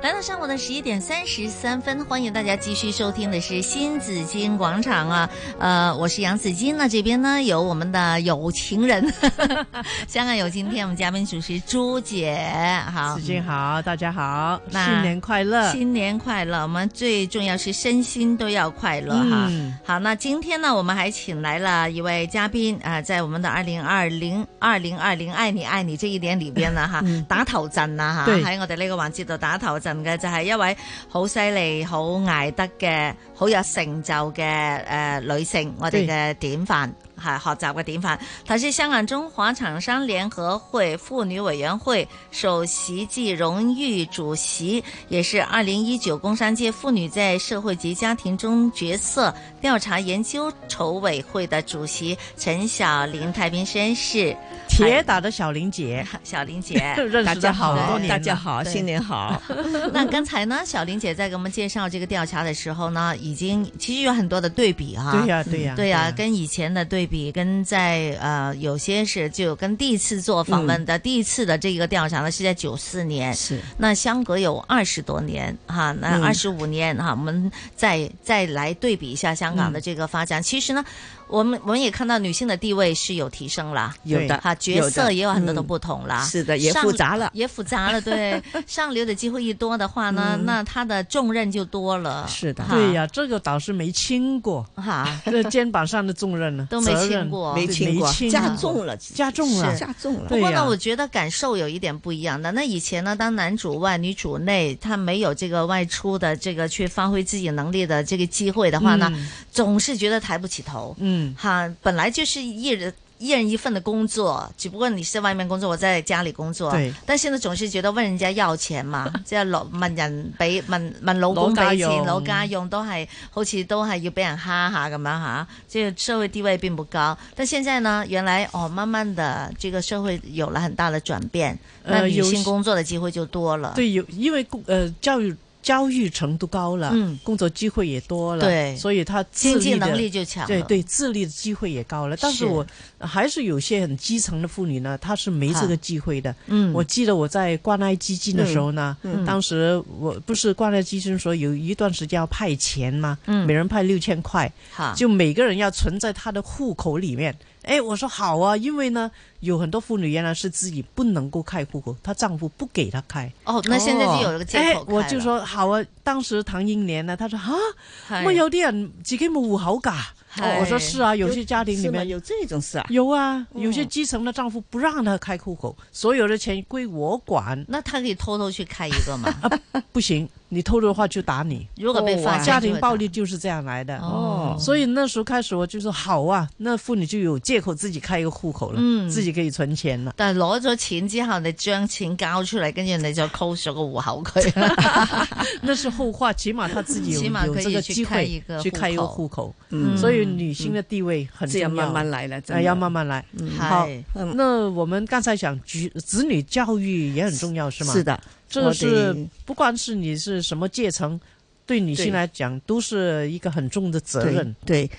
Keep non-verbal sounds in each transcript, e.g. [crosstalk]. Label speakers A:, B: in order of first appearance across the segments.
A: 来到上午的十一点三十三分，欢迎大家继续收听的是新紫金广场啊，呃，我是杨紫金，那这边呢有我们的有情人， [laughs] 香港有今天我们嘉宾主持朱姐，好
B: 子，君好，大家好，
A: 那
B: 新年快乐！
A: 新年快乐！我们最重要是身心都要快乐哈。
B: 嗯
A: 好，那今天呢，我们还请来了一位嘉宾啊、在我们的二零二零二零二零愛你愛你這一年裏邊啦
B: 嗯
A: 嚇，打頭陣啦嚇，
B: 對
A: 喺我哋呢個環節度打頭陣嘅就係一位好犀利、好捱得嘅、好有成就嘅誒、呃女性，我哋嘅典範。係學習嘅典範，她是香港中華廠商聯合會婦女委員會首席暨榮譽主席，也是二零一九工商界妇女在社会及家庭中角色调查研究筹委会的主席陈小林，太平绅士，
B: 铁打的小玲姐，
A: 小林
B: [laughs]
A: 姐。
B: 认识了好多年了，
C: 大家好，
A: 对
C: 新年好。
A: [laughs] 那刚才呢，小林姐在给我们介绍这个调查的时候呢，已经其实有很多的对比哈、
B: [laughs] 对呀，对呀，
A: 对呀、跟以前的对比，跟在呃有些是就跟第一次做访问的、第一次的这个调查呢，是在九四年，
C: 是
A: 那相隔有二十多年哈，那
C: 嗯
A: 二十五年哈，我们再再来对比一下香港的这个发展。其实呢，我们我们也看到女性的地位是有提升了，
C: 有的
A: 哈，角色也有很多的
C: 嗯
A: 不同啦。
C: 是的，也
A: 上
C: 复杂了。
A: 也复杂了，
C: [laughs]
A: 对上流的机会一多的话呢，那她的重任就多了。
C: 嗯是的
A: 哈
B: 对呀，这个倒是没轻过，
A: 哈，
B: 这肩膀上的重任呢，
A: 都没
B: 责任
A: 轻过
C: 哦没
B: 轻
C: 听过，加
B: 过
C: 重了，
B: 加重了
C: 加重了
A: 不
B: 对。
A: 过呢，
B: 呀
A: 我觉得感受有一点不一样的。那以前呢，当男主外女主内，他没有这个外出的这个去发挥自己能力的这个机会的话呢，总是觉得抬不起头。
B: 嗯，
A: 哈，本来就是一人一人一份的工作，只不过你是在外面工作，我在家里工作。
B: 对。
A: 但是呢，總是覺得問人家要錢
B: [laughs]
A: 嘛，即係老問人俾問問老公俾
B: 攞家
A: 錢
B: 用
A: 攞家用都係好似都係要俾人蝦下咁樣嚇，即係社會地位並不高。但現在呢，原來哦，慢慢的這個社會有了很大的轉變，那
B: 呃
A: 女
B: 有
A: 性
B: 些
A: 工作的機會就多了。
B: 对，有因为工呃教育教育程度高了，
A: 嗯
B: 工作机会也多了，
A: 对
B: 所以他自
A: 經
B: 立
A: 濟
B: 的
A: 能力就强了。
B: 对对，自立的机会也高了。但
A: 是
B: 是我还是有些很基层的妇女呢，她是没
A: 哈
B: 这个机会的。
A: 嗯，
B: 我记得我在关爱基金的时候呢，
C: 嗯
B: 当时我不是关爱基金说有一段时间要派钱嘛，
A: 嗯啊
B: 每人派六千块，
A: 好，
B: 就每个人要存在他的户口里面。哎，我说好啊，因为呢，有很多妇女原来是自己不能够开户口，她丈夫不给她开。
A: 哦，那現在就有了個借
B: 哎
A: 口，開
B: 我就
A: 了，
B: 说好啊。當時唐英年呢，她說啊，
A: 係
B: 乜有啲人自己冇户口㗎？
A: 係
B: 我說是啊，有些家庭里
C: 是吗
B: 面
C: 有这种事啊？
B: 有啊，有些基层的丈夫不让她开户口，所有的钱归我管，
A: 那他可以偷偷去開一個嘛？
B: 不行，你偷的话就打你。
A: 如果被
C: 哦
A: 發
C: 哇
A: 現，
B: 家庭暴力。就是这样来的。
A: 哦，
B: 所以那时候开始，我就说好啊，那妇女就有借口自己开一个户口了，
A: 嗯
B: 自己可以存钱了。
A: 但係攞咗錢之後，你將錢交出嚟，跟住你就 close 咗個户口佢。
B: 那是后话，起码她自己有
A: 起码
B: 有
A: 可以
B: 这个
A: 去
B: 机
A: 开
B: 会
A: 一个
B: 去
A: 户
B: 开一个
A: 口
B: 户口。
C: 嗯
B: 所以女性的地位很
C: 这
B: 重
C: 样慢慢
B: 来，
C: 来了，真
B: 哎
C: 的
B: 要慢。慢来。好
A: 係
C: 嗯
B: 那我们刚才讲子子女教育也很重要，是吗？
C: 是，的，
B: 这个
C: 我
B: 是
C: 得
B: 不光是你是什么阶层，对女性
C: 对
B: 来讲都是一个很重的责任。嗯
C: 對對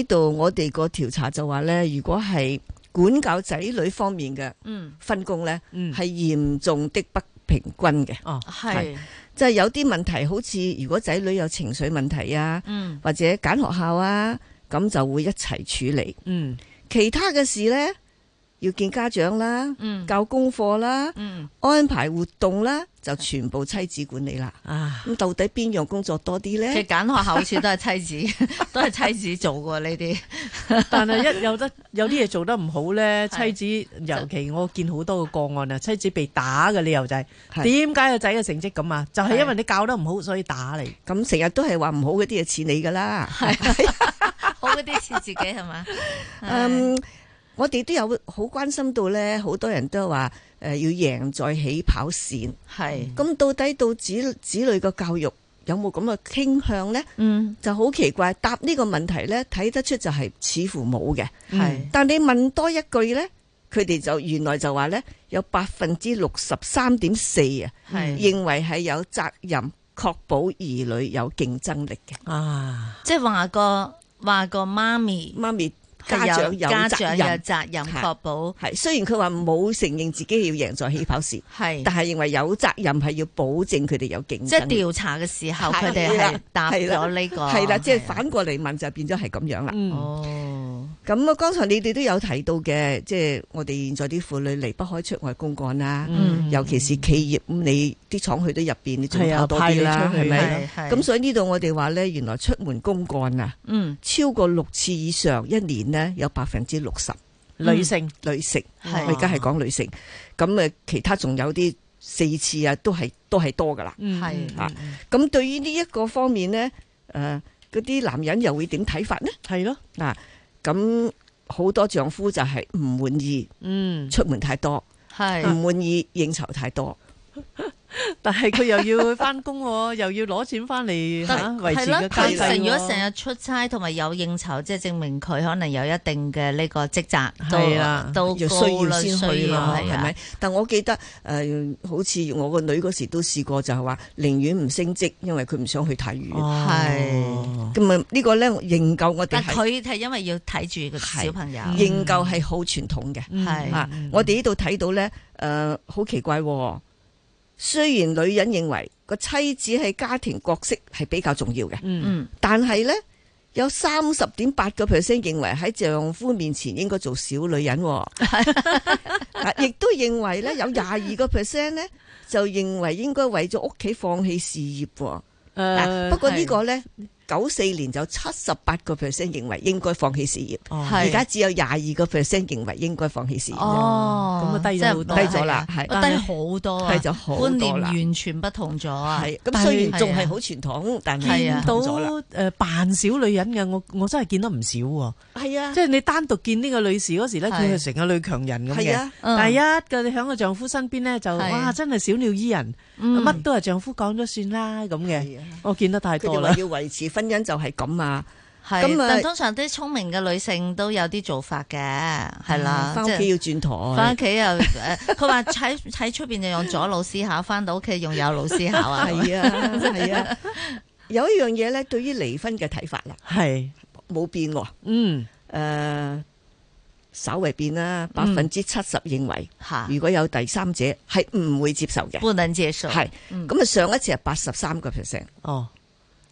C: 喺度，我哋個調查就話咧，如果係管教仔女方面嘅
A: 嗯，
C: 分工咧，
B: 嗯，
C: 係嚴重的不平均嘅，
B: 哦，
A: 係，
C: 即係有啲問題，好似如果仔女有情緒問題啊，
A: 嗯，
C: 或者揀學校啊，咁就會一齊處理。
B: 嗯，
C: 其他嘅事呢，要見家長啦，
A: 嗯，
C: 教功課啦，
A: 嗯，
C: 安排活動啦，就全部妻子管理啦。
B: 啊，
C: 咁到底邊樣工作多啲
A: [laughs] 其實
C: 呢？
A: 揀學校好似都係妻子， [laughs] 都係妻子做過呢啲。
B: 但係一有得有啲嘢做得唔好咧，妻
A: 係
B: 子尤其我見好多個個案啊，妻子被打嘅理由就係
C: 係
B: 點解個仔嘅成績咁啊？就係因
A: 係
B: 為你教得唔好，所以打你。
C: 咁成日都係話唔好嗰啲嘢似你噶啦。
A: 好嗰啲似自己係嘛？嗯，
C: 嗯，我哋都有好關心到呢，好多人都話誒、呃要贏在起跑線。
A: 係，
C: 咁到底到子子女嘅教育有冇咁嘅傾向呢？
A: 嗯，
C: 就好奇怪，答呢個問題呢，睇得出就係似乎冇嘅。
A: 係
C: 但你問多一句呢，佢哋就原來就話呢，有百分之六十三點四啊，
A: 係，
C: 認為係有責任確保兒女有競爭力嘅。
B: 啊，
A: 即係話個話個媽咪
C: 媽咪家
A: 係
C: 長有
A: 家長
C: 責
A: 嗯有
C: 任，
A: 責任
C: 係
A: 確保
C: 係雖然佢話冇承認自己要贏在起跑線，
A: 係，
C: 但係認為有責任係要保證佢哋有競
A: 嗯即係
C: 爭力。
A: 調查嘅時候
C: 嗯係
A: 佢哋
C: 啦
A: 係答
C: 係啦
A: 咗呢個
C: 係啦，即係
A: 啊
C: 反過嚟問就變咗係咁樣啦。
B: 嗯，
A: 哦，
C: 咁啊，剛才你哋都有提到嘅，即係我哋現在啲婦女離不開出外公幹啦，
A: 嗯
C: 尤其是企業咁，你啲廠去到入邊，你仲
B: 係啊
C: 跑多啲啦，
B: 派你出
C: 係
B: 去
C: 咪？
A: 係係
C: 咁所以呢度我哋話咧，原來出門公幹啊，
A: 嗯
C: 超過六次以上一年呢，有百分之六十
B: 女性
C: 女性，我
A: 係
C: 而家係講女性，咁啊，其他仲有啲四次啊，都係都係多噶啦。
B: 嗯
A: 係
C: 啊咁對於呢一個方面呢，誒嗰啲男人又會點睇法呢？
B: 係咯，
C: 嗱，咁好多丈夫就係唔滿意。
B: 嗯，
C: 出門太多，唔
A: 係
C: 滿意應酬太多，
B: 但係佢又要翻工喎，又要攞錢翻 [laughs] 嚟嚇
A: 但
B: 維
A: 係
B: 持
A: 啦，
B: 個家
A: 佢
B: 計
A: 成
B: 喎
A: 如果成日出差同埋有應酬，即係證明佢可能有一定嘅呢個職
B: 係啦
A: 責，都都
C: 要
A: 高
C: 需要
A: 啦
C: 先
A: 需
C: 去
A: 要
C: 咯，
A: 係
C: 係
A: 啊
C: 咪？但我記得誒、呃好似我個女嗰時都試過，就係話寧願唔升職，因為佢唔想去太遠。
B: 哦
A: 係
C: 咁啊，呢個咧認購我哋
A: 但
C: 係
A: 佢嗯係因為要睇住個小朋友，
B: 係
C: 認購係好傳統嘅、
B: 嗯
A: 係
C: 啊！我哋呢度睇到咧，誒、好奇怪喎、雖然女人認為個妻子喺家庭角色係比較重要嘅，
B: 嗯
A: 嗯
C: 但係咧有三十點八個 percent 認為喺丈夫面前應該做小
A: [laughs]
C: 女人、喎。啊亦都認為咧有廿二個 percent 咧就認為應該為咗屋企放棄事業、喎。嗱
B: 誒
C: 不過呢個咧九四年就七十八個 percent 認為應該放棄事業，
B: 哦
A: 係
C: 而家只有廿二個 percent 認為應該放棄事業。
A: 哦，
B: 咁啊低咗
A: 即係
B: 好多
A: 低
C: 低咗啦
A: 係啊
C: 係
A: 低好多啊，
C: 低咗好多
A: 觀
C: 啦
A: 念完全不同咗啊，
C: 係
A: 但
C: 咁，
A: 係
C: 雖然仲係
A: 啊
C: 好傳統，但
A: 係
C: 係
A: 啊
C: 唔
B: 到
C: 同咗啦。
B: 誒扮小女人嘅，我我真係見得唔少喎。
C: 係啊
B: 即，係你單獨見呢個女士嗰時咧，
A: 係
B: 佢係成個女強人咁
C: 係
B: 嘅。
C: 啊，
A: 嗯
B: 第一嘅你喺個丈夫身邊咧，就
A: 係
B: 哇真係小鳥依人，
A: 嗯
B: 乜都係丈夫講咗算啦咁嘅。
C: 係啊，
B: 我見得太
C: 佢
B: 多
C: 哋
B: 啦
C: 話。要維持婚姻就係咁啊，
A: 係
C: 咁啊
A: 但通常啲聰明嘅女性都有啲做法嘅，係啦，
C: 嗯翻屋
A: 即係
C: 企要轉台。
A: 翻屋企又 [laughs] 誒，佢話喺喺出邊就用左腦思考，翻到屋企用右腦思考 [laughs] 啊。
C: [laughs] 係啊，係啊。有一樣嘢咧，對於離婚嘅睇法啦，
B: 係，
C: 冇變喎。誒、
B: 嗯，
C: 稍為變啦，百
A: 嗯
C: 分之七十認為，
A: 嚇，
C: 如果有第三者係唔會接受嘅。
A: 不能啊接受。
C: 係
A: 嗯
C: 咁啊，上一次係八十三個 percent，
B: 哦，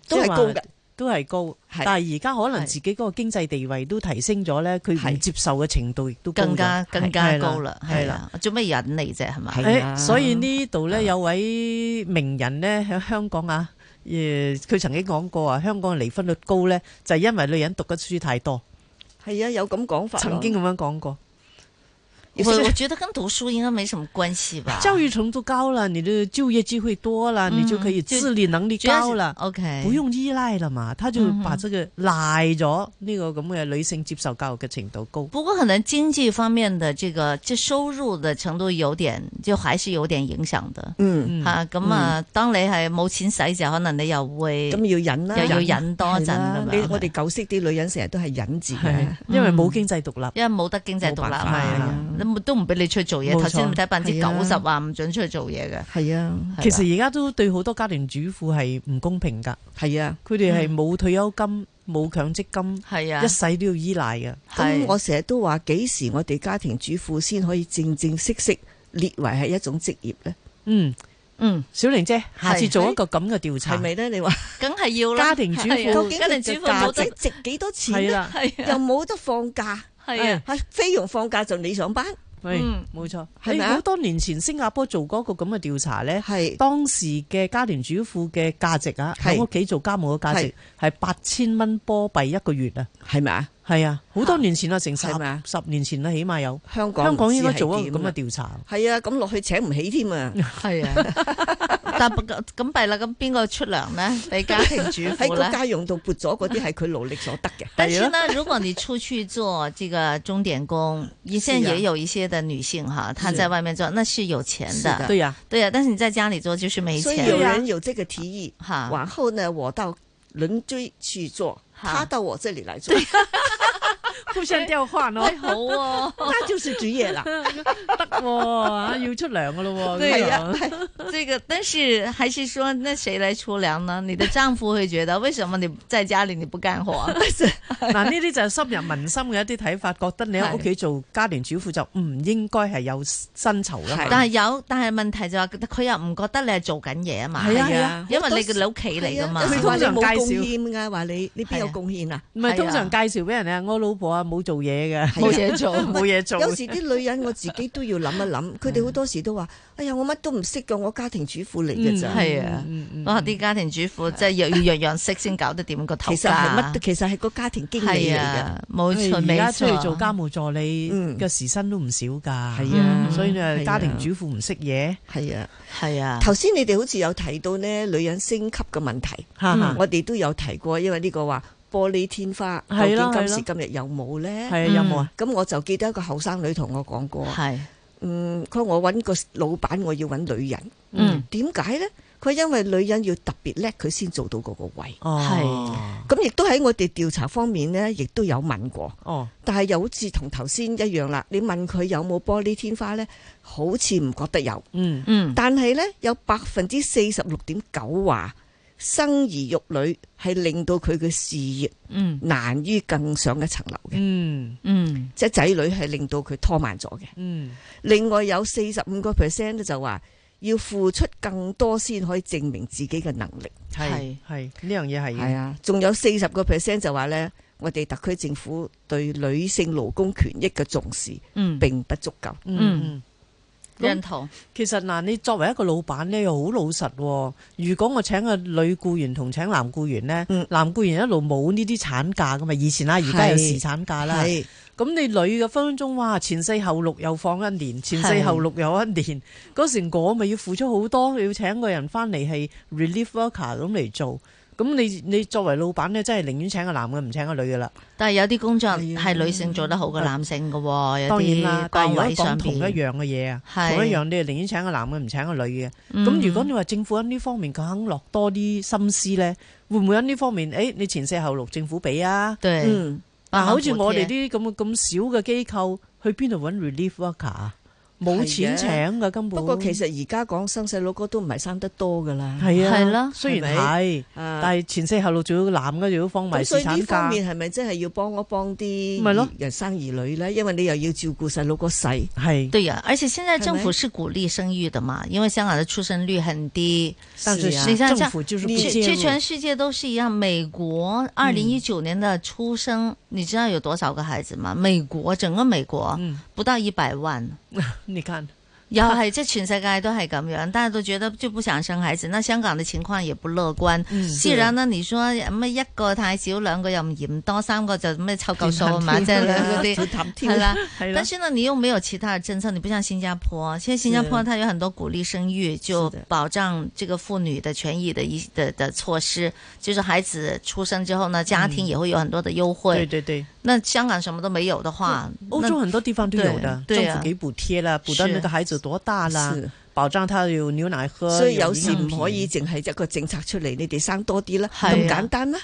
C: 都係高
B: 即
C: 嘅
B: 話。都係高，
C: 係
B: 但係而家可能
A: 係
B: 自己嗰個經濟地位都提升咗咧，佢唔
C: 係
B: 接受嘅程度亦都高咗
A: 更加更加
B: 係
A: 高啦，係
B: 係啦。
A: 啦，做咩引嚟啫？係啊咪？
C: 係啊
B: 誒，所以呢度咧有位名人咧喺香港啊，誒，佢曾經講過啊，香港嘅離婚率高咧，就係因為女人讀嘅書太多，
C: 係啊，有咁講法咯。
B: 曾經咁樣講過。
C: 要
A: 我
C: 識
A: 我
C: 得
A: 觉得跟读书應該沒什麼關係吧。
B: 教育程度高了，你的就業機會多了，
A: 嗯
B: 你就可以自理能力
A: 主要是
B: 高了。
A: ，OK，
B: 不用依賴了嘛，他就
A: 嗯哼
B: 把這個賴咗呢個咁嘅女性接受教育嘅程度高。
A: 不過可能經濟方面的這個就收入的程度有點，就還是有點影響的。
C: 嗯，
B: 嗯，
A: 吓咁啊，當你係冇錢使嘅時候，可能你又會
C: 咁要忍啦，
A: 嗯又要忍多陣
C: 係啦
A: 咁
C: 你
A: 樣。
C: 我哋舊式啲女人成日都係忍字嘅
A: 啊
B: 係。因為
A: 嗯
B: 冇經濟獨立。
A: 因為冇得經濟獨立
C: 冇辦法係
A: 啊
C: 啊
A: 嘛，你冇都唔俾你出去做嘢。
B: 冇錯
A: 頭先睇百分之九十
C: 係啊
A: 話唔准出去做嘢嘅，
C: 係啊，
A: 係
B: 其
A: 啦
B: 實而家都對好多家庭主婦係唔公平㗎，
C: 係啊。
B: 佢哋係冇退休金、冇強積金，
A: 係啊
B: 一，世都要依賴嘅。
A: 係
C: 咁我成日都話幾時我哋家庭主婦先可以正正式式列為係一種職業咧？
B: 嗯，
A: 嗯，
B: 小玲姐，下次
A: 係
B: 做一個咁嘅調查
C: 係，咪咧？你話
A: 梗係要啦。
B: 家庭主
A: 係啊
B: 婦
C: 究竟
A: 家
C: 佢
A: 庭主
C: 嘅
A: 婦冇
C: 價
A: 得
C: 值值幾多錢
B: 係
C: 咧？
B: 啦，
A: 係
C: 又
A: 啊，
C: 冇得放假，
A: 係啊，
C: 係菲傭放假就你上班，
B: 喂
A: 嗯，
B: 冇錯。
C: 係
B: 係
C: 咪啊
B: 好多年前新加坡做過一個咁嘅調查咧，
C: 係
B: 當時嘅家庭主婦嘅價值啊，
C: 係
B: 喺屋企做家務嘅價值係八千蚊波幣一個月啊，
C: 係咪啊？
B: 係啊，好多年前啦，成十
C: 係咪啊
B: 十年前啦，起碼有。
C: 香港
B: 香港
C: 唔知
B: 應該
C: 係
B: 做一個
C: 點
B: 咁嘅
C: 啊
B: 調查，
C: 係啊，咁落去請唔起添啊！
A: 係啊。 [laughs] 但不過咁弊啦，咁邊個出糧咧？俾
C: [laughs]
A: 家
C: 啊
A: 庭主
C: 喺
A: 婦
C: 個
A: 咧？
C: 家用度撥咗嗰啲係佢勞力所得嘅。
A: 但是呢，如果你出去做这个钟点工，你现在
C: 啊
A: 也有一些的女性哈，她在外面做，那是有钱
C: 是
A: 的
C: 的，
B: 对呀、
A: 对呀、但是你在家里做就是没
C: 所以
A: 钱
C: 有
B: 呀
C: 人有这个提议，
A: 哈。
C: 往后呢，我到伦敦去做，
A: 哈
C: 他到我这里来做，
B: 互相调換咯，
A: 好哦，
C: 那就是职业啦。
B: 得喎，要出糧噶咯喎，
A: 對
B: 咁
A: 呀
B: 樣
A: [laughs] 这个，但是还是说，那谁来出粮呢？你的丈夫会觉得，为什么你在家里你不干活？
B: 嗱，呢啲就係深入民心嘅一啲睇法，覺得你喺屋企做家庭主婦就唔應該係有薪酬啦。
A: 但係有，但係問題就係佢又唔覺得你係做緊嘢啊嘛，
B: 係啊
C: 係啊
A: 因為你嘅你屋企嚟噶嘛
C: 係啊，有時話你
B: 通常
C: 冇
B: 介
C: 貢
B: 紹
C: 獻㗎，話你你邊有貢獻啊？
B: 唔係通常介紹俾人啊，我老婆啊冇做嘢嘅，
A: 冇嘢做，
B: 冇嘢做。
C: 有時啲女人我自己都要諗一諗，佢哋好多時都話：哎呀，我乜都唔識㗎，我家庭主婦嚟㗎咋。
A: 係啊， [laughs] 哇！啲家庭主婦即係要要樣樣識先搞得掂個頭
C: 其
A: 家，
C: 實係乜都，其實係個家庭經理嚟
A: 係
C: 嘅。
A: 啊，冇錯，
B: 而
A: 冇
B: 家哎出去
A: 錯
B: 做家務助理
C: 嗯
B: 嘅時薪都唔少㗎，係
A: 啊
B: 所以
C: 係
B: 呢
C: 啊
B: 家庭主婦唔識嘢，
C: 係啊，
A: 係啊，
C: 頭先你哋好似有提到呢女人升級嘅問題，
B: 哈哈
C: 我哋都有提過，因為呢個話玻璃天花，究
B: 係
C: 竟
B: 咯
C: 今時
B: 係
C: 今日有冇呢？
B: 係有冇啊？
C: 咁我就記得一個後生女同我講過，
A: 係，
C: 嗯，佢話我揾個老闆，我要揾女人，
A: 嗯，
C: 點解呢？佢話因為女人要特別叻，佢先做到嗰個位。
B: 哦，
C: 咁亦都喺我哋調查方面呢，亦都有問過，
B: 哦，
C: 但係又好似同頭先一樣啦。你問佢有冇玻璃天花呢？好似唔覺得有，
B: 嗯，
A: 嗯，
C: 但係呢，有百分之四十六點九話生兒育女係令到佢嘅事業
A: 嗯，
C: 難於更上一層樓嘅，
B: 嗯，
A: 嗯，
C: 即係仔女係令到佢拖慢咗嘅。
B: 嗯，
C: 另外有四十五個 percent 咧就話要付出更多先可以證明自己嘅能力。
B: 係係呢樣嘢係
C: 係
B: 嘅，
C: 啊，仲有四十個 percent 就話咧，我哋特區政府對女性勞工權益嘅重視
A: 嗯，
C: 並不足夠。
A: 嗯
B: 嗯。
A: 認同，
B: 其實嗱，你作為一個老闆咧，又好老實喎、如果我請個女僱員同請男僱員咧，
C: 嗯
B: 男僱員一路冇呢啲產假噶嘛，以前啦，而家有
C: 係
B: 時產假啦。
C: 係
B: 咁你女嘅分分鐘哇，前四後六又放一年，前四
A: 係
B: 後六又一年， [laughs] 嗰時我咪要付出好多，要請個人翻嚟係 relief worker 咁嚟做。咁你你作為老闆咧，真係寧願請個男嘅，唔請個女嘅啦。
A: 但係有啲工作係女性做得好過男性嘅喎，有
B: 啊當然啦
A: 啲，
B: 但係如
A: 崗
B: 果
A: 位上
B: 講同一
A: 邊，
B: 樣嘅嘢啊，
A: 係
B: 同一樣你係寧願請個男嘅，唔請個女嘅。
A: 嗯
B: 咁如果你話政府喺呢方面肯落多啲心思咧，會唔會喺呢方面？誒、你前四後六政府俾啊？
A: 對，
C: 嗯，
A: 慢慢
B: 嗱，啊好似我
A: 補
B: 哋
A: 貼
B: 啲咁咁少嘅機構，去邊度揾 relief worker 啊？冇
C: 係嘅
B: 錢請噶根本。
C: 不過其實而家講生細佬哥都唔係生得多噶啦。
B: 係啊，
A: 係啦
B: 雖然
C: 係咪
B: 係，
C: 啊
B: 但係前四後六仲要男嘅，仲要放埋
C: 咁
B: 侍
C: 所以呢
B: 產
C: 方
B: 假。
C: 面係咪真係要幫一幫
B: 咪咯
C: 啲人生兒女咧？因為你又要照顧細佬哥細，
B: 係，
A: 对呀、而且现在政
C: 係
A: 府
C: 咪
A: 是鼓励生育的嘛，因为香港的出生率很低，
B: 但
C: 是啊
A: 你
B: 是
A: 看
B: 政府嗯就是不
A: 这
B: 介
A: 这
B: 入
A: 全。世界都是一样。美国二零一九年的出生，
B: 嗯
A: 你知道有多少个孩子吗？美国整个美国、
B: 嗯，
A: 不到一百万，
B: [laughs] 你看，
A: 又系即系全世界都系咁样，大家都觉得就不想生孩子。那香港的情况也不乐观。
B: 嗯
A: 既
C: 啊
A: 然呢，你说咩一个太少，两个又唔嫌多，三个就咩凑够数啊嘛，即系嗰啲
C: 氹
A: 系
C: 跳
A: 啦。
B: 係啦
A: 但，是呢，你又没有其他的政策，你不像新加坡，现在新加坡它有很多鼓励生育，就保障这个妇女的权益的一的的措施，就是孩子出生之后呢，家庭也会有很多的优惠。
B: 對對對。
A: 那香港什么都没有的话，
B: 嗯欧
A: 那
B: 洲很多地方都有的，
A: 对对啊
B: 政府给补贴了，补到那个孩子多大啦，
C: 是
B: 保障他有牛奶喝，
C: 所以有
B: 營
C: 時
B: 養
C: 唔可
B: 品
C: 以淨係一個政策出嚟，你哋生多啲啦，
A: 係啊
C: 咁簡單啦。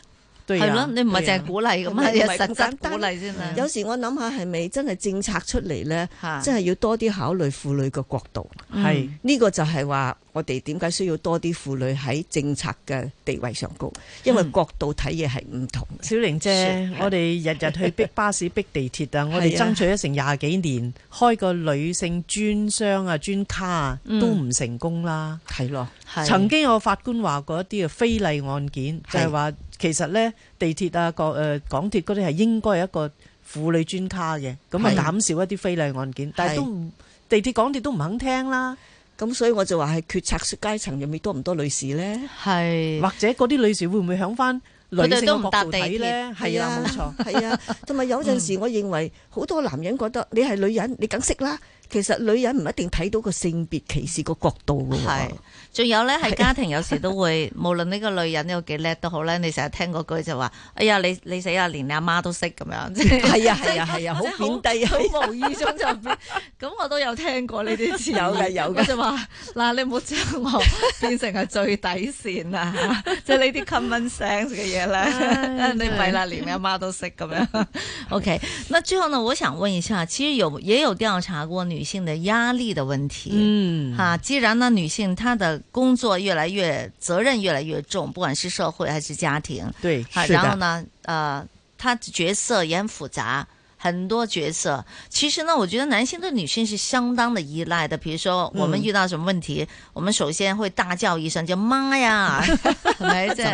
B: 對
A: 系
B: 啊
A: 咯，你唔系
B: 對
A: 净
B: 啊
A: 系鼓励咁嘛，
C: 唔係
A: 有
C: 唔係
A: 实
C: 咁
A: 质
C: 簡
A: 鼓
C: 單
A: 励先啊。
C: 有時我諗下係咪真係政策出嚟呢？
A: 吓，
C: 真係要多啲考慮婦女嘅角度。
B: 係
C: 呢、個就係話我哋點解需要多啲婦女喺政策嘅地位上高，因為角度睇嘢係唔同嘅。
B: 小玲姐
C: 是，
B: 我哋日日去逼巴
C: [laughs]
B: 士、逼地鐵啊！我哋
C: 係啊
B: 爭取咗成廿幾年，開個女性專商啊、專卡啊，
A: 嗯
B: 都唔成功啦。
C: 係咯，
A: 係
B: 曾經有法官話過一啲嘅非禮案件，就係話其實呢地鐵啊、個誒港鐵嗰啲係應該係一個婦女專卡嘅，咁啊
C: 係
B: 減少一啲非禮案件，但係
C: 係
B: 都唔地鐵、港鐵都唔肯聽啦。
C: 咁所以我就話係決策階層入面多唔多女士呢？
A: 系
B: 或者嗰啲女士會唔會響翻女性嘅角度睇咧？係
C: 係
B: 啦，
C: 啊
B: 冇錯，
C: 係啊，同埋有陣時我認為好多男人覺得你係女人，你梗識啦，其實女人唔一定睇到個性別歧視個角度㗎喎
A: 係。仲有咧，喺家庭有時都
C: [laughs]
A: 會，無論呢個女人有幾叻都好咧，你成日聽嗰句就話：哎呀，你你死啊，連你阿媽都識咁樣，即係
C: 係啊係啊係啊，好
A: 即係好
C: 貶低啊！
A: 好無意中就變。 [laughs] 咁我都有聽過呢啲詞，
C: 有嘅有嘅
A: 我就話嗱，你唔好將我 [laughs] 變成係最底線啊， [laughs] 即係呢啲 common sense 嘅嘢咧，你咪啦，連你阿媽都識咁樣。OK，那最後呢，我想問一下，其實有也有調查過女性的壓力的問題。
B: 嗯，
A: 哈，既然呢，女性她的工作越来越责任越来越重，不管是社会还是家庭，
B: 对，
A: 啊，
B: 是的
A: 然后呢，呃，她角色也很复杂，很多角色。其实呢，我觉得男性对女性是相当的依赖的。比如说，我们
B: 嗯
A: 遇到什么问题，我们首先会大叫一声叫妈
B: [laughs]
A: 呀，系咪？即系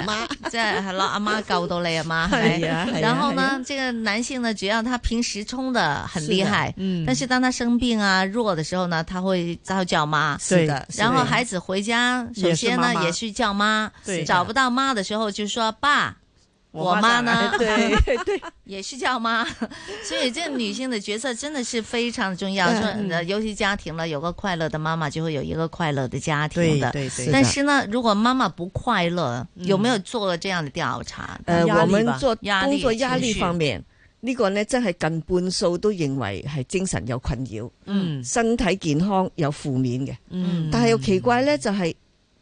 A: 即系系咯，阿妈救到你啊
B: [laughs]
A: 妈，系
B: 哎
C: 係
A: 咪？
C: 啊係啊
A: 然后
C: 係啊
A: 呢，这个男性呢，只要他平时冲的很厉害，
B: 嗯，
A: 但是当他生病啊、弱的时候呢，他会他会叫妈。
C: 是的，是的
A: 然后孩子回家，
B: 也
A: 首
B: 是
A: 先
B: 妈
A: 呢
B: 妈
A: 也是叫妈，
B: 对
A: 找不到妈的时候就说爸，我妈呢
B: [laughs] 对对，
A: 也是叫妈。 [laughs] 所以这女性的角色真的是非常重要，
C: 嗯
A: 说
B: 嗯
A: 呃尤其家庭了，有个快乐的妈妈就会有一个快乐的家庭 [laughs]
B: 对
A: 的。
B: 对
C: 是
B: 对，
C: 的
A: 但是呢，如果妈妈不快乐，有没有做了这样的调查？
C: 誒，
B: 壓
C: 我
B: 力吧
C: 們做
A: 壓力
C: 工作壓力
A: 情緒
C: 方面，呢個呢真係近半數都認為係精神有困擾，
B: 嗯
C: 身體健康有負面嘅。
B: 嗯，
C: 但係又奇怪呢，就係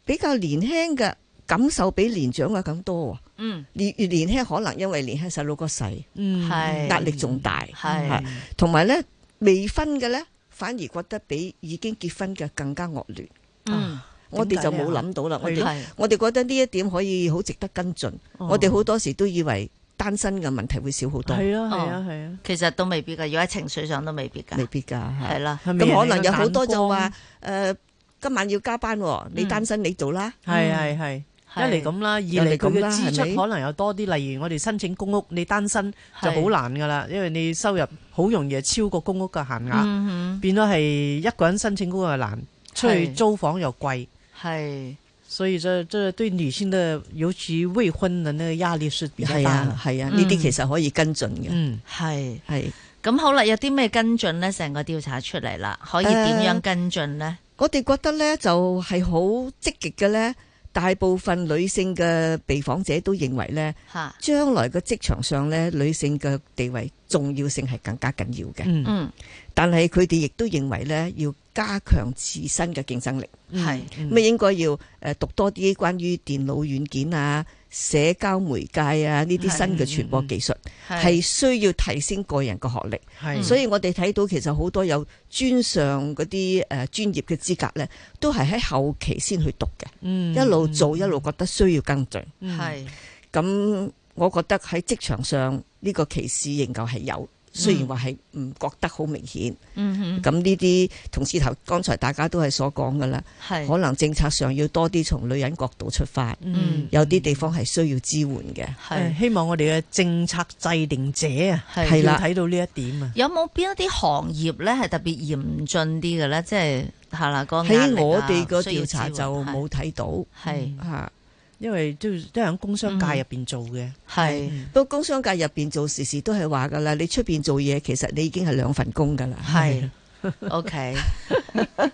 C: 比較年輕嘅感受比年長嘅咁多喎。
A: 嗯，
C: 越越年輕可能因為年輕細佬個細，
B: 嗯
A: 係
C: 壓力仲大，
A: 系
C: 同埋呢未婚嘅呢，反而覺得比已經結婚嘅更加惡劣。
A: 嗯
C: 我哋就冇
B: 點解呢
C: 諗到啦，我
B: 係
C: 哋
B: 咯
A: 系
C: 我哋覺得呢一點可以好值得跟進。我哋好多時都以為單身嘅問題會少好多，
B: 係啊係
A: 哦
B: 啊係啊，
A: 其實都未必噶，如果喺情緒上都未必噶，
C: 未必㗎。
A: 係
B: [laughs]
A: 啦。
B: 係咪
C: 咁可
B: 人哋
C: 能有好
B: 個
C: 多
B: 眼
C: 就
B: 光
C: 話誒，今晚要加班喎，你單身你做啦。
B: 係係係。一
A: 係
B: 嚟咁啦，二
C: 又
B: 嚟佢
C: 嚟咁啦
B: 嘅支
C: 係咪
B: 出可能有多啲，例如我哋申請公屋，你單身就
A: 係
B: 好難噶啦，因為你收入好容易係超過公屋嘅限額，
A: 嗯
B: 變咗係一個人申請公屋又難，出去
A: 係
B: 租房又貴，
A: 哼，
B: 所以這這對女性的，尤其未婚的那個壓力是比較
C: 係
B: 大
C: 啊
B: 的。
C: 係啊，
A: 嗯
C: 呢啲其實可以跟進嘅。
B: 嗯，
A: 係係
C: 係
A: 咁好啦，有啲咩跟進咧？成個調查出嚟啦，可以點
B: 呃
A: 樣跟進咧？
C: 我哋覺得呢就係好積極嘅呢。大部分女性嘅被訪者都認為呢，
A: 吓，
C: 將來嘅職場上呢，女性嘅地位重要性係更加緊要嘅。
B: 嗯，
A: 嗯，
C: 但係佢哋亦都認為呢，要加強自身嘅競爭力。
B: 嗯
A: 係
C: 咁啊，應該要誒讀多啲關於電腦軟件啊、社交媒介啊呢啲新嘅傳播技術，係需要提升個人嘅學歷。
B: 係，
C: 所以我哋睇到其實好多有專上嗰啲誒專業嘅資格呢，都係喺後期先去讀嘅，
B: 嗯
C: 一路做一路覺得需要跟進。
B: 嗯
A: 係
C: 咁我覺得喺職場上呢個歧視仍舊係有。雖然話係唔覺得好明顯，
A: 嗯哼，
C: 咁呢啲同事頭剛才大家都係所講噶啦，
A: 係
C: 可能政策上要多啲從女人角度出發，
A: 嗯
C: 有啲地方係需要支援嘅。
A: 係
B: 誒希望我哋嘅政策制定者啊，
A: 係
C: 哎係啦
B: 要睇到呢一點啊。
A: 有冇邊一啲行業咧係特別嚴峻啲嘅咧？即係係啦，個壓力啊
C: 喺我哋個調查就，
A: 需要支援
C: 冇睇到
A: 係
C: 嚇。
B: 因為都都喺工商界入邊做嘅，
A: 係
C: 不過工商界入邊做時時都係話㗎啦，你出邊做嘢其實你已經係啊兩份工㗎啦。
A: 係係 OK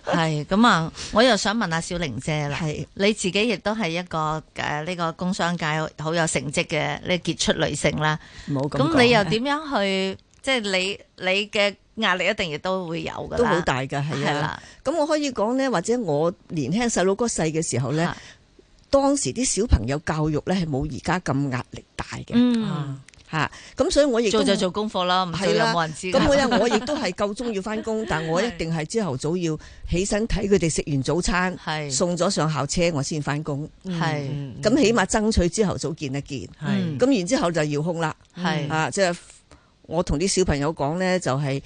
A: 係咁啊！我又想問下小玲姐啦。
C: 係
A: 你自己亦都係一個誒呢個工商界好有成績嘅呢傑出女性啦。
C: 冇咁講
A: 咁你又點樣去？即係你你嘅壓力一定亦都會有噶啦，
C: 都好大㗎，係
A: 係
C: 啊。
A: 啦，
C: 咁我可以講呢，或者我年輕細佬哥細嘅時候呢，
A: 嚇
C: 當時啲小朋友教育呢係冇而家咁壓力大嘅
A: 嗯，
B: 啊
C: 嚇。咁所以我亦都
A: 做就做功課啦，唔做
C: 係
A: 又
C: 啦
A: 冇人知㗎。
C: 咁我又我亦都係夠鐘要翻工，但我一定係朝頭早要起身睇佢哋食完早餐，
A: 係
C: 送咗上校車我先翻工。
A: 係
B: 嗯
C: 咁起碼爭取朝頭早見一見。
A: 嗯
B: 係
C: 咁然之後就遙控啦，
A: 係
C: 啊，即係我同啲小朋友講呢，就係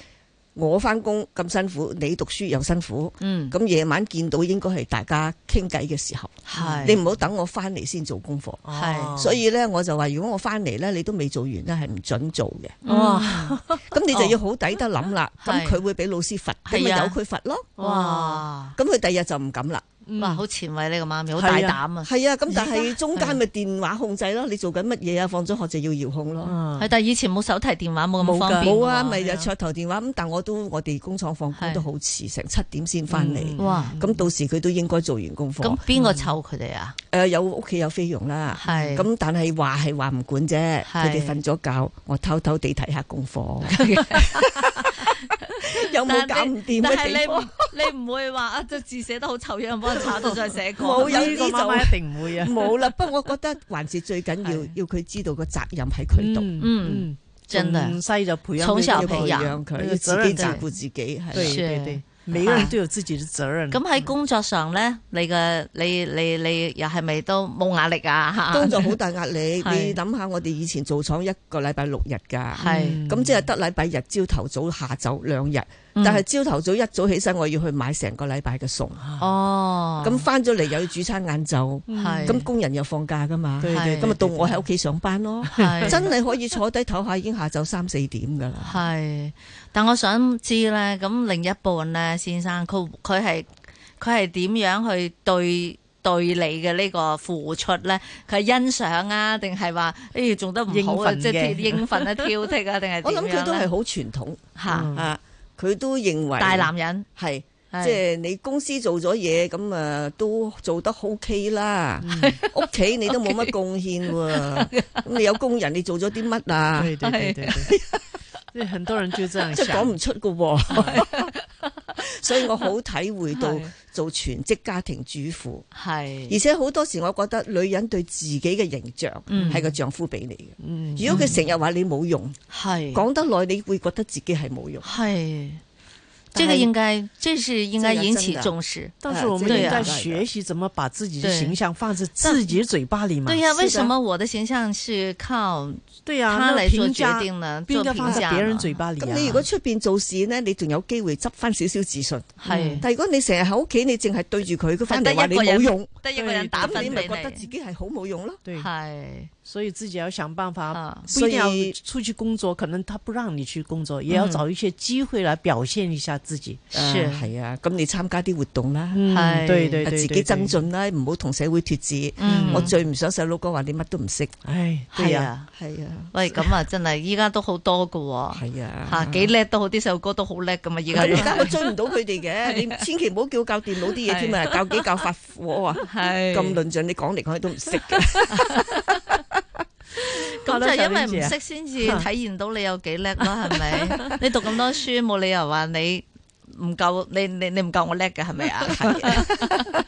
C: 我翻工咁辛苦，你讀書又辛苦。
A: 嗯
C: 咁夜晚見到應該係大家傾偈嘅時候，
A: 係
C: 你唔好等我翻嚟先做功課。
B: 哦
C: 所以呢，我就話如果我翻嚟呢，你都未做完呢，係唔準做嘅。
A: 哇
C: 咁你就要好抵得諗啦。咁
A: 哦係
C: 佢會俾老師罰，咁咪
A: 係啊
C: 由佢罰咯。
A: 哇
C: 咁佢第二日就唔敢啦。
B: 嗯
A: 哇，好前衛呢個媽咪，好大
B: 係
A: 膽啊！
C: 係啊，咁但係中間咪電話控制咯，你做緊乜嘢啊？放咗學就要遙控咯。
B: 啊
A: 係，但係以前冇手提電話，哦冇咁
B: 冇㗎
A: 方便喎。
C: 冇啊，咪
A: 係
C: 有桌頭電話咁，但我都我哋工廠放工
A: 係
C: 都好遲，成七點先翻嚟。
B: 嗯
A: 哇！
C: 咁到時佢都應該做完功課。
A: 咁邊個湊佢哋啊？
C: 誒、呃有屋企有菲傭啦，
A: 係
C: 咁但係話係話唔管啫，佢
A: 係
C: 哋瞓咗覺，我偷偷地睇下
A: [laughs]
C: 功課，有冇搞唔掂
A: 但
C: 嘅
A: 係
C: 地
A: 你唔
C: 方？
A: 你唔會話啊，就字寫得好醜樣，幫人炒到再寫過。
C: 冇有
B: 嗯呢個
C: 啲就
B: 媽媽一定唔會啊。
C: 冇啦，不過我覺得還是最緊要
A: 係
C: 要佢知道個責任喺佢度，
B: 嗯
A: 嗯，真的
B: 從細就培養佢
A: 從小
C: 要
A: 有培
C: 培
A: 養
C: 養佢，
B: 有
C: 要
B: 責
C: 自
B: 任
A: 對
C: 己照顧自己，係
B: 對
C: 啦
A: 是
B: 對對，每個人都有自己的責任。
A: 咁喺工作上咧，你嘅你你你又係咪都冇壓力啊？[laughs]
C: 工作好大壓力。
A: 係
C: 你諗下，我哋以前做廠一個禮拜六日㗎，
A: 係，
C: 咁即係得禮拜日朝頭早、下晝兩日，
A: 嗯
C: 但係朝頭早一早起身，我要去買成個禮拜嘅餸。
A: 哦，
C: 嗯咁翻咗嚟又要煮餐晏晝，
A: 係
C: 咁工人又放假噶嘛，
B: 對對
A: 係
C: 咁啊咪到我喺屋企上班咯，
A: 係
C: 真係可以坐低唞下，已經下晝三四點噶啦。
A: 係，但我想知咧，咁另一半咧，先生佢佢係佢係點樣去對對你嘅呢個付出咧？佢係欣賞啊，定係話誒做得唔好啊，
B: 應份嘅
A: 即係應份啊、
C: [laughs]
A: 挑剔啊，定係
C: 我諗佢都係
A: 係
C: 好傳統
A: 嚇
B: 嗯
C: 啊，佢都認為
A: 大男人，
C: 係
A: 係
C: 即係你公司做咗嘢咁啊，都做得 OK 啦。
A: 嗯
C: 屋企你都冇乜貢獻喎，
A: [laughs]
C: 咁你有工人你做咗啲乜啊？
B: 對對對對對， [laughs] 對很多人就這樣
C: 即係講
B: 想
C: 唔。出噶喎， [laughs] 所以我好體會到
A: 係
C: 做全職家庭主婦。而
A: 係
C: 且好多時，我覺得女人對自己嘅形象
A: 嗯
C: 係個丈夫俾你嘅。
B: 嗯
C: 如果佢成日話你冇用，
A: 係
C: 講得耐，你會覺得自己係冇用。
A: 嗯係，啊
C: 但
A: 這
C: 係
A: 個應該，這是應該
C: 這個
A: 引起
C: 真的
A: 重視。
C: 哎
B: 但是我們
A: 對
B: 應
A: 啊
B: 該學習怎麼把自己的
A: 對
B: 形象放在自己嘴巴裏嘛。
A: 對呀、
C: 嗯是的啊
A: 為什麼我的形象是靠
B: 對呀，
A: 他
B: 那
A: 來做
B: 評
A: 決
B: 價
A: 定呢？
B: 不
A: 做
B: 應該
A: 評
B: 放在
A: 價
B: 別人
A: 呢
B: 嘴巴裏啊。
C: 咁你如果出邊做事呢，你仲有機會執翻少少自信。
A: 係
C: 但如果你成日喺屋企，你淨係對住佢，佢翻嚟話
A: 係
C: 你
A: 得一個人
C: 冇用，
A: 得一個人打
C: 咁
A: 分
C: 你咪
A: 俾
C: 覺得自
A: 你，
C: 己係好冇用咯。
B: 對，
A: 係
B: 所以自己要想辦法，
A: 啊，
B: 不一定要
C: 所以
B: 出去工作，可能他不讓你去工作，也要找一些機會來表現一下自己。
A: 是
C: 啊係啊，咁你參加啲活動啦，
B: 嗯
A: 係，
B: 對對
C: 啊
B: 對，
C: 自己
B: 對
C: 增。進啦，唔好同社會脱節。
A: 嗯，
C: 我最唔想細佬哥話你乜都唔識。
B: 哎，對
A: 係
B: 呀，
A: 啊，
C: 係啊，
A: 喂，咁啊，真係依家都好多噶喎，
C: 係啊，
A: 嚇幾叻都好，啲細路哥都好叻噶嘛，依家都
C: 而家我追唔到佢 [laughs] 哋嘅，你千祈唔好叫我教電腦啲嘢添啊，教幾教發火 [laughs] 啊！
A: 係
C: 咁論盡，你講嚟講去都唔識 [laughs] 嘅，
A: 咁就因為
B: 覺得
A: 唔
B: 就
A: 識
B: 呢
A: 先至體現到你有幾叻啦，係咪？你讀咁多書，冇理由話你唔夠，你你你唔夠我叻嘅，係咪啊？
B: 啲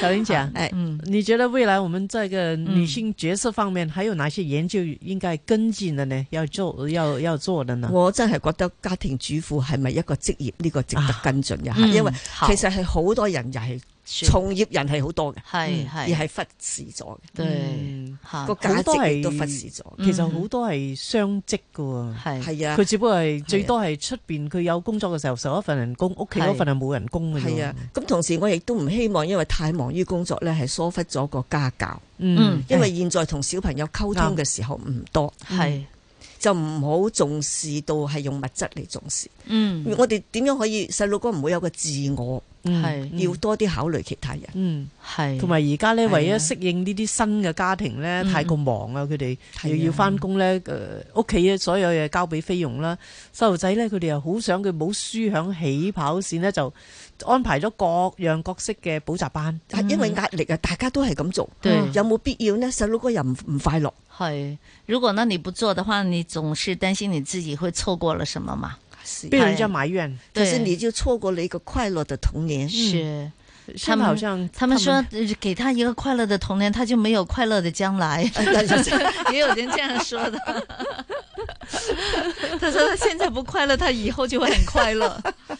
B: 小玲姐啊，
C: 係
A: 嗯，
B: 你覺得未來我們這個女性角色方面，還有哪些研究應該跟進的呢？要做要要做的呢？
C: 我真係覺得家庭主婦係咪一個職業呢個值得跟進一下，因為其實係啊嗯好多人又係
A: 從
C: 從業人係好多嘅，
A: 係
C: 而
A: 係
C: 係啊忽視咗嘅
A: 對
B: 嗯
A: 嚇
C: 個價值亦都忽視咗嘅。
B: 其實好多係雙職㗎喎。
A: 係
C: 係啊
B: 佢，只不過係最多係出邊佢有工作嘅時候受一份人工，屋企嗰份係冇人工嘅啫。
C: 係啊。咁同時我亦都唔希望因為太忙於工作咧，係疏忽咗個家教，
B: 嗯，
C: 因為現在同小朋友溝通嘅時候唔多，
A: 係
C: 就唔好重視到係用物質嚟重視。
A: 嗯
C: 我哋點樣可以細路哥唔會有個自我，
B: 嗯
A: 係
C: 要多啲考慮其他人。
B: 嗯，
A: 係
B: 同埋而家咧，
C: 係啊
B: 為咗適應呢啲新嘅家庭咧，
A: 嗯
B: 太過忙啊，佢哋
C: 係啊
B: 又要翻工咧，誒屋企嘅所有嘢交俾菲傭啦，細路仔咧佢哋又好想佢冇輸響起跑線咧，就安排咗各樣各式嘅補習班。
C: 啊因為壓力啊，大家都係咁做，
A: 嗯
C: 嗯
A: 對
C: 有冇必要呢？細佬哥又唔唔快樂，
A: 係，如果呢你不做的話，你總是擔心你自己會錯過了什麼嘛？
C: 是
B: 被人家埋怨，
C: 可是啊你就錯過了一個快樂的童年。 [laughs]
A: 是，
B: 現在好像
A: 嗯他們說呃給他一個快樂的童年，他就沒有快樂的將來。 [laughs] 也有人這樣說的。 [laughs] 他說他現在不快樂，他以後就會很快樂。 [laughs]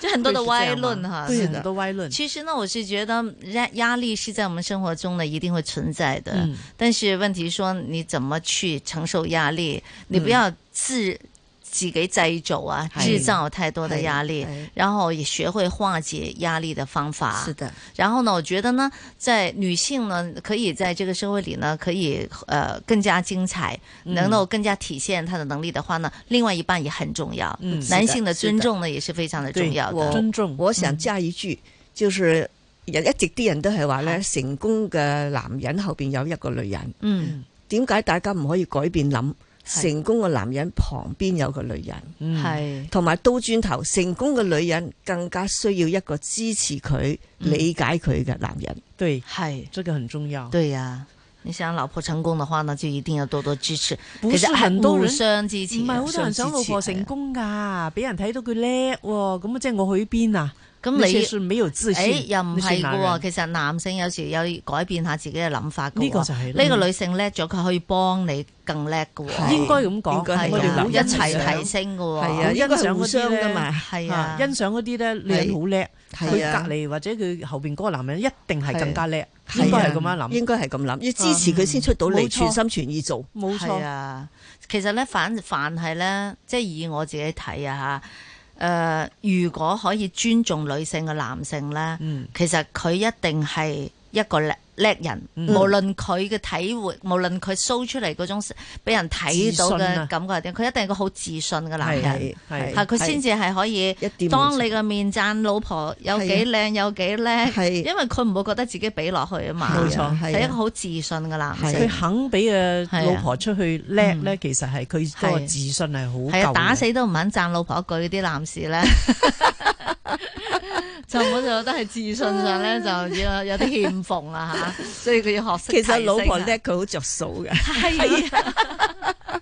A: 就很多的歪論啊哈，
B: 對啊
A: 是
B: 很
A: 的。
B: 多歪論。
A: 其實呢，我是覺得压压力是在我們生活中呢一定會存在的，
B: 嗯
A: 但是問題說你怎麼去承受壓力，你不要自、自己製造啊，
C: 係
A: 製造太多的壓力
C: 係係，
A: 然後也學會化解壓力的方法。
C: 是的，
A: 然後呢，我覺得呢，在女性呢，可以在這個社會裏呢，可以呃更加精彩，
B: 嗯
A: 能夠更加體現她的能力的話呢，另外一半也很重要。
B: 嗯
A: 男性的尊重呢，也是非常的重要的。
B: 尊重。
C: 我想加一句，就是人一直啲人都係話咧，
A: 係
C: 成功嘅男人後邊有一個女人。
A: 嗯，
C: 點解大家唔可以改變諗？
A: 係
C: 成功嘅男人旁邊有個女人，
B: 嗯
A: 係
C: 同埋倒轉頭，成功嘅女人更加需要一個支持佢、
A: 嗯
C: 理解佢嘅男人。
B: 对，
A: 係，
B: 这个很重要。
A: 對呀。你想老婆成功的話呢，就一定要多多支持。
B: 不
A: 其
B: 是
A: 實
B: 很多
A: 係互
B: 人，
A: 相支持嘅，
B: 唔係好多人想老婆
A: 啊
B: 成功㗎，俾人睇到佢叻喎，咁啊即係我去邊啊？
A: 相支持
B: 那
A: 嘅。咁
B: 些
A: 你哎
B: 是沒有自信，
A: 誒又唔
B: 那些
A: 係嘅
B: 男
A: 喎，
B: 人
A: 其實男性有時有改變下自己嘅諗法嘅喎。
B: 呢個就係啦啊
A: 呢個女性叻咗，佢可以幫你更叻嘅喎。
C: 係
B: 應該咁
C: 應該
B: 講，
C: 係
A: 係
B: 我哋
A: 啊，
B: 好
A: 一
B: 欣
A: 齊
B: 賞
A: 提升嘅喎。
C: 係
B: 好
C: 啊，
B: 欣
C: 應該係
B: 賞
C: 互
B: 嗰啲
C: 相
B: 咧
C: 噶嘛。
A: 係
B: 啊
A: 啊，
B: 欣賞嗰啲咧，女人好叻，佢
C: 係啊
B: 隔，離或者佢後邊嗰個男人一定係更加叻，
C: 係啊
B: 應該係咁樣諗，
C: 應該係咁諗，要支持佢先出到
B: 嗯
C: 嚟，
B: 冇錯
C: 全心全意做。
B: 冇
A: 係
B: 錯，
A: 啊，其實咧，反凡係咧，即係以我自己睇啊嚇，誒、如果可以尊重女性嘅男性咧，
B: 嗯，
A: 其實佢一定係一個叻叻人，
B: 嗯
A: 無論佢嘅體會，無論佢 show 出嚟嗰種俾人睇到
B: 自信啊
A: 嘅感覺係點，佢一定係一個好自信嘅男人，
B: 係
C: 係
B: 係
C: 係
A: 係佢先至係可以
C: 一啲冇錯
A: 當你個面讚老婆有幾
B: 啊
A: 靚有幾叻，
C: 係
A: 因為佢唔會覺得自己比落去啊嘛，
B: 冇錯
C: 係啊
A: 係一個好自信嘅男性。
B: 佢肯俾
A: 係啊
B: 誒老婆出去叻咧，
A: 嗯
B: 其實係佢嗰個
A: 係
B: 自信係好
A: 係
B: 夠
A: 啊，
B: 嘅
A: 打死都唔肯讚老婆一句嗰啲男士咧， [laughs] 就我就覺得係自信上咧就要有啲欠奉啦吓， [laughs] 所以佢要學識
C: 其
A: 提升啊。
C: 實老婆叻，佢好着數嘅。
A: 係啊，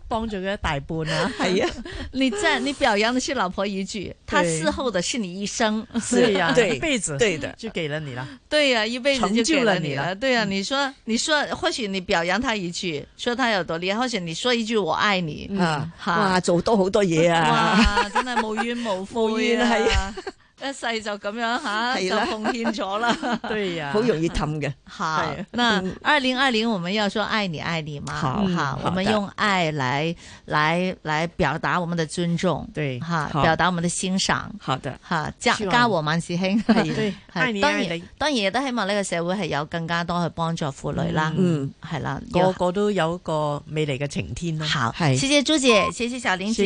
B: 幫咗佢一大半啊， [laughs]
C: 係啊，
A: [laughs] 你讚你表揚的是老婆一句，她伺候的是你一生。
B: 是呀，
C: 對
B: 一輩子
C: 對的
B: 就給了你啦，
A: [laughs] 對呀、一輩子就給了你啊嗯
B: 成就了你了
A: 了。對呀、你說你說，或許你表揚她一句，說她有多厲害，或許你說一句我愛你，
C: 啊，
A: 嚇
C: 哇，做多好多嘢啊！
A: 嗯哇，真係無怨 [laughs] 無
C: 無
A: 悔
C: 怨啊係
A: 啊！一世就咁樣吓，
C: 係
A: 就
C: 啦
A: 奉獻咗啦。
B: 對呀，
C: 好容易氹嘅，
A: 好
B: 对，
A: 那二零二零我们要说爱你爱你嘛，
C: 好
A: 嗯
C: 好
A: 我们
C: 的
A: 用爱来来来表达我们的尊重，
B: 對
A: 哈，
C: 好
A: 表达我们的欣赏，
C: 好的，
A: 哈，家
B: 希望
A: 家和萬事興。
B: 易對，
A: [laughs]
B: 愛你
A: 當
B: 愛
A: 然
B: 你，
A: 當然亦都希望呢個社會係有更加多去幫助婦女啦，
C: 嗯，
A: 係啦，
B: 個
A: 要
B: 個都有一個美麗嘅晴天啦。
A: 好，
C: 係
A: 謝謝朱姐，謝謝小玲姐。